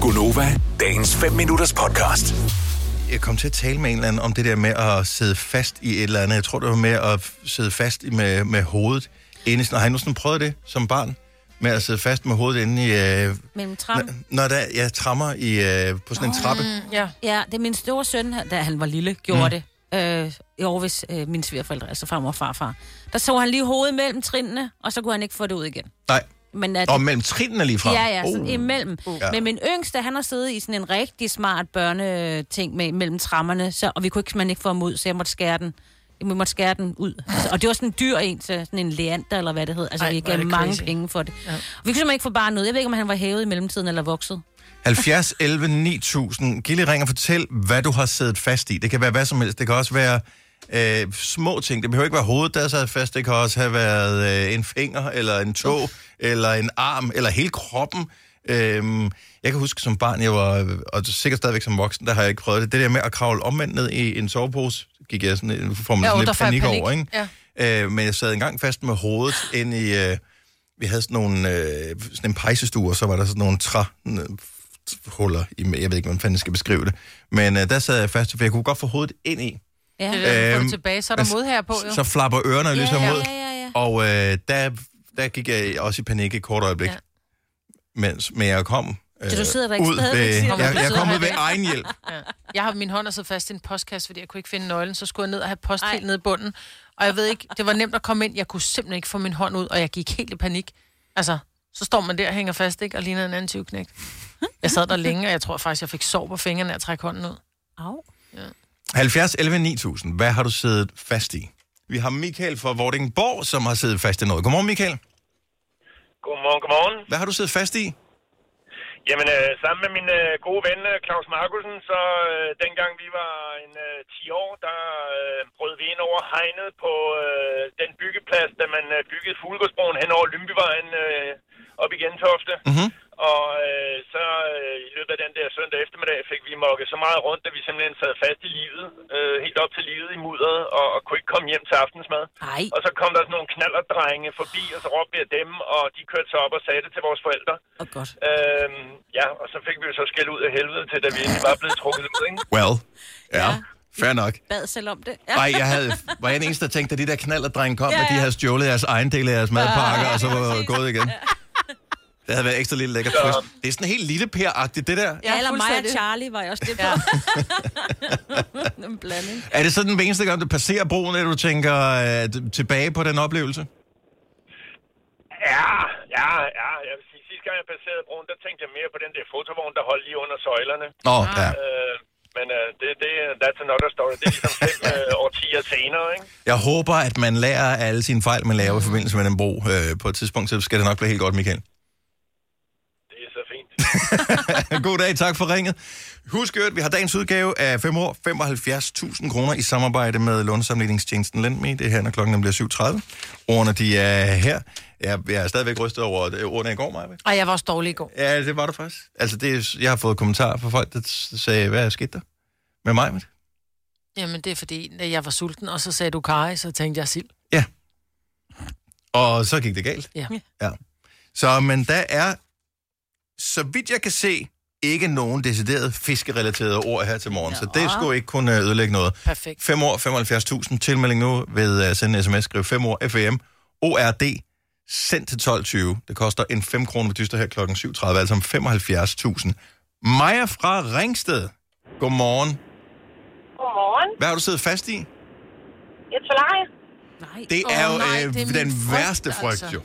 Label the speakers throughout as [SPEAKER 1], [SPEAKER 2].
[SPEAKER 1] Gunova, dagens 5 minutters podcast.
[SPEAKER 2] jeg kom til at tale med en eller anden om det der med at sidde fast i et eller andet. Jeg tror, det var med at f- sidde fast i- med, med hovedet inde i sådan... Har I nu sådan prøvet det som barn? Med at sidde fast med hovedet inde i... Øh,
[SPEAKER 3] Mellem tram.
[SPEAKER 2] n- når der, jeg trammer i, øh, på sådan en trappe.
[SPEAKER 3] Ja. ja, det er min store søn, da han var lille, gjorde mm. det. Øh, I Aarhus, øh, mine svigerforældre, altså farmor og farfar. Der så han lige hovedet mellem trinene, og så kunne han ikke få det ud igen.
[SPEAKER 2] Nej.
[SPEAKER 3] Men at,
[SPEAKER 2] Og mellem trinene lige frem.
[SPEAKER 3] Ja, ja, sådan oh. imellem. Uh.
[SPEAKER 2] Ja.
[SPEAKER 3] Men min yngste, han har siddet i sådan en rigtig smart børneting med, mellem trammerne, så, og vi kunne ikke, man ikke få ham ud, så jeg måtte skære den. Vi måtte skære den ud. Altså, og det var sådan en dyr en, så sådan en leander, eller hvad det hed. Altså,
[SPEAKER 4] Ej,
[SPEAKER 3] Ej, vi
[SPEAKER 4] hvor er
[SPEAKER 3] gav
[SPEAKER 4] det
[SPEAKER 3] mange
[SPEAKER 4] crazy.
[SPEAKER 3] crazy. penge for det. Ja. Vi kunne simpelthen ikke få barnet ud. Jeg ved ikke, om han var hævet i mellemtiden eller vokset.
[SPEAKER 2] 70, 11, 9000. Gilly, ring og fortæl, hvad du har siddet fast i. Det kan være hvad som helst. Det kan også være øh, små ting. Det behøver ikke være hovedet, der er sad fast. Det kan også have været øh, en finger, eller en tog, eller en arm, eller hele kroppen. Øhm, jeg kan huske som barn, jeg var, og sikkert stadigvæk som voksen, der har jeg ikke prøvet det. Det der med at kravle omvendt ned i en sovepose, gik jeg sådan, en- får man
[SPEAKER 4] Ja,
[SPEAKER 2] sådan
[SPEAKER 4] og der
[SPEAKER 2] lidt
[SPEAKER 4] får
[SPEAKER 2] panik,
[SPEAKER 4] jeg panik.
[SPEAKER 2] over, ikke? Ja. Øh, men jeg sad engang fast med hovedet ind i... Øh, vi havde sådan nogle, øh, sådan en pejsestue, og så var der sådan nogle træhuller i, jeg ved ikke, hvordan fanden jeg skal beskrive det. Men øh, der sad jeg fast, for jeg kunne godt få hovedet ind i.
[SPEAKER 3] Ja.
[SPEAKER 4] Det er øhm,
[SPEAKER 2] Øhm,
[SPEAKER 4] du tilbage, så er der
[SPEAKER 2] altså,
[SPEAKER 4] modherre på, jo.
[SPEAKER 2] Så flapper ørerne og lyser
[SPEAKER 3] ja,
[SPEAKER 2] mod.
[SPEAKER 3] ja, ja, ja.
[SPEAKER 2] Og øh, der, der gik jeg også i panik et kort øjeblik.
[SPEAKER 4] Ja.
[SPEAKER 2] Mens, men jeg kom øh,
[SPEAKER 3] Så du sidder der ikke
[SPEAKER 2] ud
[SPEAKER 3] stadigvæk,
[SPEAKER 2] ved,
[SPEAKER 3] siger
[SPEAKER 4] du?
[SPEAKER 2] jeg,
[SPEAKER 4] Du
[SPEAKER 2] jeg
[SPEAKER 4] sidder
[SPEAKER 2] kom ud
[SPEAKER 4] der
[SPEAKER 2] ved
[SPEAKER 4] ikke.
[SPEAKER 2] egen hjælp.
[SPEAKER 4] Jeg har min hånd og så fast i en postkasse, fordi jeg kunne ikke finde nøglen, så skulle jeg ned og have post
[SPEAKER 3] Ej.
[SPEAKER 4] helt nede i bunden. Og jeg ved ikke, det var nemt at komme ind, jeg kunne simpelthen ikke få min hånd ud, og jeg gik helt i panik. Altså, så står man der og hænger fast, ikke? Og ligner en anden tyvknægt. Jeg sad der længe, og jeg tror faktisk, jeg fik sår på fingrene af at trække hånden ud.
[SPEAKER 3] Au.
[SPEAKER 2] 70 11 9000. Hvad har du siddet fast i? Vi har Michael fra Vordingborg, som har siddet fast i noget. Godmorgen, Michael.
[SPEAKER 5] Godmorgen, godmorgen.
[SPEAKER 2] Hvad har du siddet fast i?
[SPEAKER 5] Jamen, øh, sammen med min øh, gode ven øh, Claus Markusen, så øh, dengang vi var en øh, 10 år, der øh, brød vi ind over hegnet på øh, den byggeplads, da man øh, byggede Fuglgårdsbroen hen over Lympevejen øh, op i Gentofte. Mm-hmm. Og øh, så øh, i løbet af den der søndag eftermiddag fik vi mokket så meget rundt, at vi simpelthen sad fast i livet, øh, helt op til livet i mudderet, og, og kunne ikke komme hjem til aftensmad.
[SPEAKER 3] Ej.
[SPEAKER 5] Og så kom der sådan nogle knallerdrenge forbi, og så råbte jeg dem, og de kørte så op og sagde det til vores forældre.
[SPEAKER 3] Og godt.
[SPEAKER 5] Øhm, ja, og så fik vi jo så skæld ud af helvede til, da vi egentlig var blevet trukket ud, ikke?
[SPEAKER 2] Well, ja, ja. fair nok.
[SPEAKER 3] Bad selv om det. Ja.
[SPEAKER 2] Nej, jeg havde, var jeg den eneste, der tænkte, at de der knallerdrenge kom, ja,
[SPEAKER 3] Ja,
[SPEAKER 2] ja. at de
[SPEAKER 3] ja.
[SPEAKER 2] havde stjålet jeres egen del af jeres madpakker,
[SPEAKER 3] ja,
[SPEAKER 2] og så
[SPEAKER 3] lige
[SPEAKER 2] var
[SPEAKER 3] præcis.
[SPEAKER 2] gået igen. Det havde været ekstra lidt lækkert.
[SPEAKER 5] Ja.
[SPEAKER 2] twist. Det er sådan helt lille per-agtigt, det der.
[SPEAKER 3] Ja, eller mig og
[SPEAKER 4] fuldstændig.
[SPEAKER 3] Charlie var jeg også det på. Ja. en blanding.
[SPEAKER 2] Er det sådan den eneste gang, du passerer broen, at du tænker øh, tilbage på den oplevelse?
[SPEAKER 5] Ja, ja, ja. Jeg vil sige, sidste gang jeg passerede broen, der tænkte jeg mere på den der fotovogn, der holdt lige under søjlerne.
[SPEAKER 2] Nå, ja.
[SPEAKER 5] Øh, men øh, det, det, that's another story. Det er ligesom fem øh, årtier senere, ikke?
[SPEAKER 2] Jeg håber, at man lærer af alle sine fejl, man laver i forbindelse med den bro. Øh, på et tidspunkt, så skal det nok blive helt godt, Michael.
[SPEAKER 5] Det er så fint.
[SPEAKER 2] God dag, tak for ringet. Husk at vi har dagens udgave af 5 år 75.000 kroner i samarbejde med lånesamlingstjenesten LendMe. Det er her, når klokken bliver 7.30. Ordene, de er her. Jeg, jeg er stadigvæk rystet over øh, ordene i går, Maja.
[SPEAKER 4] Og jeg var også dårlig i går.
[SPEAKER 2] Ja, det var du faktisk. Altså, det, er- jeg har fået kommentarer fra folk, der s- sagde, hvad er sket der med mig?
[SPEAKER 4] Jamen, det er fordi, at jeg var sulten, og så sagde du Kari, så tænkte jeg sild.
[SPEAKER 2] Ja. Og så gik det galt.
[SPEAKER 4] Ja.
[SPEAKER 2] Ja. Så, men der er, så vidt jeg kan se, ikke nogen decideret fiskerelaterede ord her til morgen. Så det skulle ikke kunne øh, ødelægge noget.
[SPEAKER 4] Perfekt.
[SPEAKER 2] 5 år, 75.000. Tilmelding nu ved øh, at sende en sms, skriv 5 år FM, ORD, send til 12.20. Det koster en 5 kroner, vi dyster her kl. 7.30, altså om 75.000. Maja fra Ringsted. Godmorgen.
[SPEAKER 6] Godmorgen.
[SPEAKER 2] Hvad har du siddet fast i?
[SPEAKER 6] Et solarie.
[SPEAKER 3] Nej.
[SPEAKER 2] Det
[SPEAKER 4] Åh,
[SPEAKER 2] er jo
[SPEAKER 4] nej,
[SPEAKER 2] øh,
[SPEAKER 4] det er min
[SPEAKER 2] den
[SPEAKER 4] frygt,
[SPEAKER 2] værste frygt,
[SPEAKER 4] altså.
[SPEAKER 2] jo.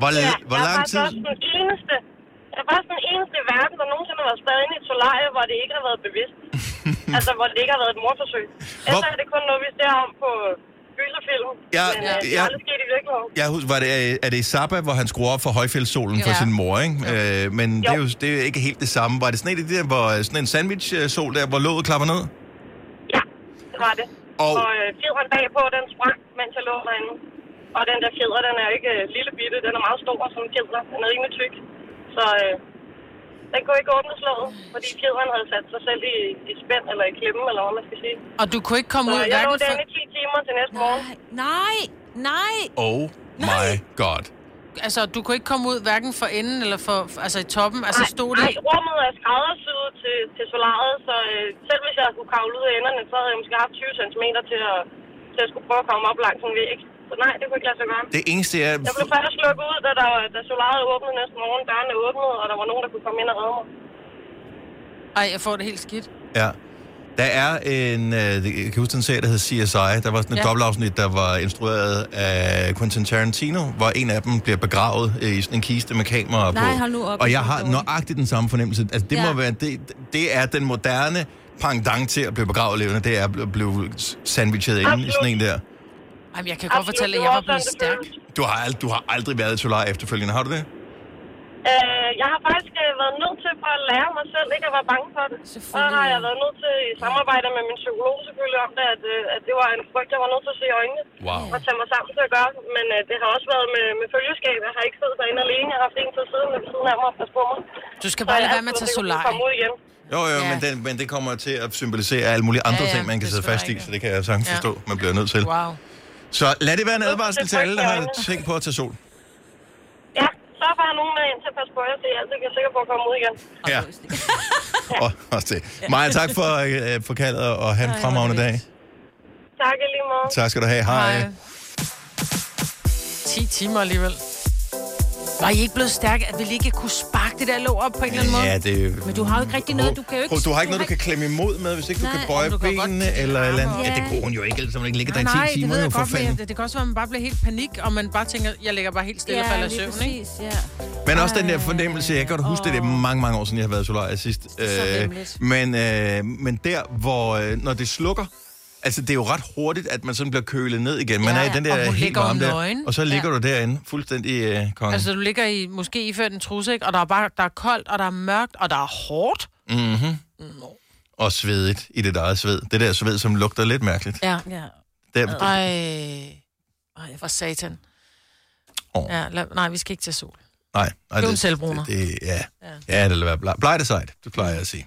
[SPEAKER 2] Hvor, ja, Øh, hvor
[SPEAKER 6] jeg
[SPEAKER 2] lang
[SPEAKER 6] faktisk
[SPEAKER 2] tid...
[SPEAKER 6] også den eneste, jeg er faktisk den eneste i verden, der nogensinde har været spadet ind i et solarie, hvor det ikke har været bevidst. altså, hvor det ikke har været et morforsøg. Ellers
[SPEAKER 2] Hvor-
[SPEAKER 6] er det kun noget, vi ser om på gyserfilm.
[SPEAKER 2] Ja,
[SPEAKER 6] men øh, det
[SPEAKER 2] ja.
[SPEAKER 6] er aldrig sket i virkeligheden.
[SPEAKER 2] Jeg husker, var det, øh, er det i Zappa, hvor han skruer op for højfjeldssolen for
[SPEAKER 4] Ja.
[SPEAKER 2] sin mor, ikke? Øh, men det er,
[SPEAKER 6] Jo.
[SPEAKER 2] jo, det er jo ikke helt det samme. Var det sådan en, af de der, hvor, øh, sådan en sandwich-sol der, hvor låget klapper ned?
[SPEAKER 6] Ja, det var det.
[SPEAKER 2] Og-
[SPEAKER 6] Og, og øh, fjederen bagpå, den sprang, mens jeg lå derinde. Og den der fjeder, den er jo ikke øh, lille bitte, den er meget stor som en fjeder. Den er rimelig tyk. Så øh, den kunne ikke åbne slået, fordi fjederen havde sat sig selv i, i spænd eller i klemme, eller hvad man skal sige.
[SPEAKER 4] Og du kunne ikke komme
[SPEAKER 6] Så
[SPEAKER 4] ud,
[SPEAKER 6] jeg lå
[SPEAKER 4] hverken
[SPEAKER 6] derinde
[SPEAKER 4] for...
[SPEAKER 6] i 10 timer til næste morgen.
[SPEAKER 3] Nej, nej.
[SPEAKER 2] Oh my
[SPEAKER 3] Nej.
[SPEAKER 2] god.
[SPEAKER 4] altså, du kunne ikke komme ud hverken for enden eller for, for- altså i toppen. Altså stod det...
[SPEAKER 6] Nej, rummet er skræddersyet til, til solariet, så øh, selv hvis jeg kunne kravle ud af enderne, så havde jeg måske haft 20 cm til at, til at skulle prøve at komme op langs en væg. Så nej, det kunne ikke lade sig gøre.
[SPEAKER 2] Det eneste, jeg...
[SPEAKER 6] Jeg blev først lukket ud, da, der, da solariet åbnede næste morgen. Dørene åbnede, og der var nogen, der kunne komme ind og redde mig.
[SPEAKER 4] Ej, jeg får det helt skidt.
[SPEAKER 2] Ja. Der er en, øh, jeg kan huske en serie, der hed CSI. Der var sådan et ja.
[SPEAKER 4] Ja.
[SPEAKER 2] dobbeltafsnit, der var instrueret af Quentin Tarantino, hvor en af dem bliver begravet øh, i sådan en kiste med kamera
[SPEAKER 3] Nej,
[SPEAKER 2] på.
[SPEAKER 3] hold nu op,
[SPEAKER 2] og
[SPEAKER 3] det
[SPEAKER 2] jeg
[SPEAKER 3] er
[SPEAKER 2] har
[SPEAKER 3] dårligt.
[SPEAKER 2] nøjagtigt den samme fornemmelse. Altså, det, ja.
[SPEAKER 3] Ja.
[SPEAKER 2] må være, det, det er den moderne pangdang til at blive begravet levende. Det er at blive- blive sandwichet inde i sådan en der.
[SPEAKER 4] Ej, men jeg kan godt fortælle, at jeg var blevet stærk.
[SPEAKER 2] Du har, ald- du har aldrig været i Solar efterfølgende, har du det?
[SPEAKER 6] Øh, jeg har faktisk øh, været nødt til for at lære mig selv ikke at være bange for det. Så
[SPEAKER 3] Selvfølgelig,
[SPEAKER 6] har
[SPEAKER 3] ja.
[SPEAKER 6] jeg været nødt til i samarbejde med min psykolog selvfølgelig om det, at, øh, at det var en frygt, jeg var nødt til at se i øjnene
[SPEAKER 2] Wow.
[SPEAKER 6] og tage mig sammen til at gøre. Men øh, det har også været med, med følgeskab. Jeg har ikke siddet derinde alene. Jeg har haft en til siden ved siden af mig og passe på mig.
[SPEAKER 4] Du skal
[SPEAKER 6] Så
[SPEAKER 4] bare
[SPEAKER 6] jeg
[SPEAKER 4] lade
[SPEAKER 6] er
[SPEAKER 4] være med at
[SPEAKER 6] altid
[SPEAKER 4] tage solar.
[SPEAKER 6] sikker på, at komme ud igen.
[SPEAKER 2] Jo, jo, ja.
[SPEAKER 4] Ja.
[SPEAKER 2] men, den, men det kommer til at symbolisere alle mulige andre ja,
[SPEAKER 4] Ja,
[SPEAKER 2] ja,
[SPEAKER 4] ja,
[SPEAKER 2] ting, man kan
[SPEAKER 4] det
[SPEAKER 2] sidde
[SPEAKER 4] skal der
[SPEAKER 2] fast i,
[SPEAKER 4] ikke.
[SPEAKER 2] så det kan jeg sagtens
[SPEAKER 4] Ja.
[SPEAKER 2] forstå, man bliver nødt til.
[SPEAKER 4] Wow.
[SPEAKER 2] Så lad det være en advarsel
[SPEAKER 6] Det
[SPEAKER 2] til
[SPEAKER 6] er
[SPEAKER 2] alle, der har
[SPEAKER 6] frygteligt.
[SPEAKER 2] tænkt på at tage sol.
[SPEAKER 6] Ja, så har nogen med ind til at passe på jer, så jeg altid er sikker på at komme ud igen.
[SPEAKER 2] Ja. Og, også det. Maja, tak for, øh, for kaldet, og have en fremragende dag.
[SPEAKER 6] Tak i lige måde.
[SPEAKER 2] Tak skal du have. Hej.
[SPEAKER 4] Hej. 10 timer alligevel. Var I ikke blevet stærke, at vi lige ikke kunne sparke det der låg op på en eller anden måde?
[SPEAKER 2] Ja, det...
[SPEAKER 3] Men du har jo ikke rigtig noget, du kan jo ikke...
[SPEAKER 2] Prøv, du har ikke noget, du kan klemme imod med, hvis ikke du
[SPEAKER 3] Nej,
[SPEAKER 2] kan bøje
[SPEAKER 4] men du kan godt
[SPEAKER 2] benene
[SPEAKER 4] kigge
[SPEAKER 2] eller et eller andet.
[SPEAKER 4] arme
[SPEAKER 2] Ja,
[SPEAKER 3] op.
[SPEAKER 2] det kunne hun jo ikke, ellers hun ikke ligge der
[SPEAKER 4] Nej,
[SPEAKER 2] i
[SPEAKER 4] nej,
[SPEAKER 2] 10
[SPEAKER 4] det
[SPEAKER 2] timer.
[SPEAKER 4] ved
[SPEAKER 2] jo,
[SPEAKER 4] jeg
[SPEAKER 2] for
[SPEAKER 4] godt, men
[SPEAKER 2] fanden.
[SPEAKER 4] jeg- det, det kan også være, at man bare bliver helt panik, og man bare tænker, jeg ligger bare helt stille og falder i
[SPEAKER 3] lige
[SPEAKER 4] søvn, ikke?
[SPEAKER 3] præcis, ja.
[SPEAKER 2] Men også den der fornemmelse, jeg kan godt huske, det, det er mange, mange år siden, jeg har været i solarie sidst. Øh,
[SPEAKER 3] hemmeligt.
[SPEAKER 2] men, øh, men der, hvor øh, når det slukker, altså det er jo ret hurtigt, at man sådan bliver kølet ned igen. Man
[SPEAKER 3] Ja,
[SPEAKER 2] er i
[SPEAKER 3] ja,
[SPEAKER 2] den der
[SPEAKER 4] og hun
[SPEAKER 2] helt
[SPEAKER 4] ligger jo
[SPEAKER 2] varme der,
[SPEAKER 4] nøgen.
[SPEAKER 2] og så ligger du derinde fuldstændig øh, kongen.
[SPEAKER 4] Altså, du ligger i, måske iført en trusse, ikke? Og der er, bare, der er koldt, og der er mørkt, og der er hårdt.
[SPEAKER 2] og svedigt i dit eget sved. Det der sved, som lugter lidt mærkeligt.
[SPEAKER 4] Ja.
[SPEAKER 3] ja.
[SPEAKER 2] Der,
[SPEAKER 4] Ej. Ej, for satan.
[SPEAKER 2] Åh.
[SPEAKER 4] Ja, lad, nej, vi skal ikke til sol.
[SPEAKER 2] nej, nej,
[SPEAKER 4] Det er en selvbruner.
[SPEAKER 2] Det, det, ja. ja, det vil være bleg. Bleg det sejt, det plejer jeg at sige.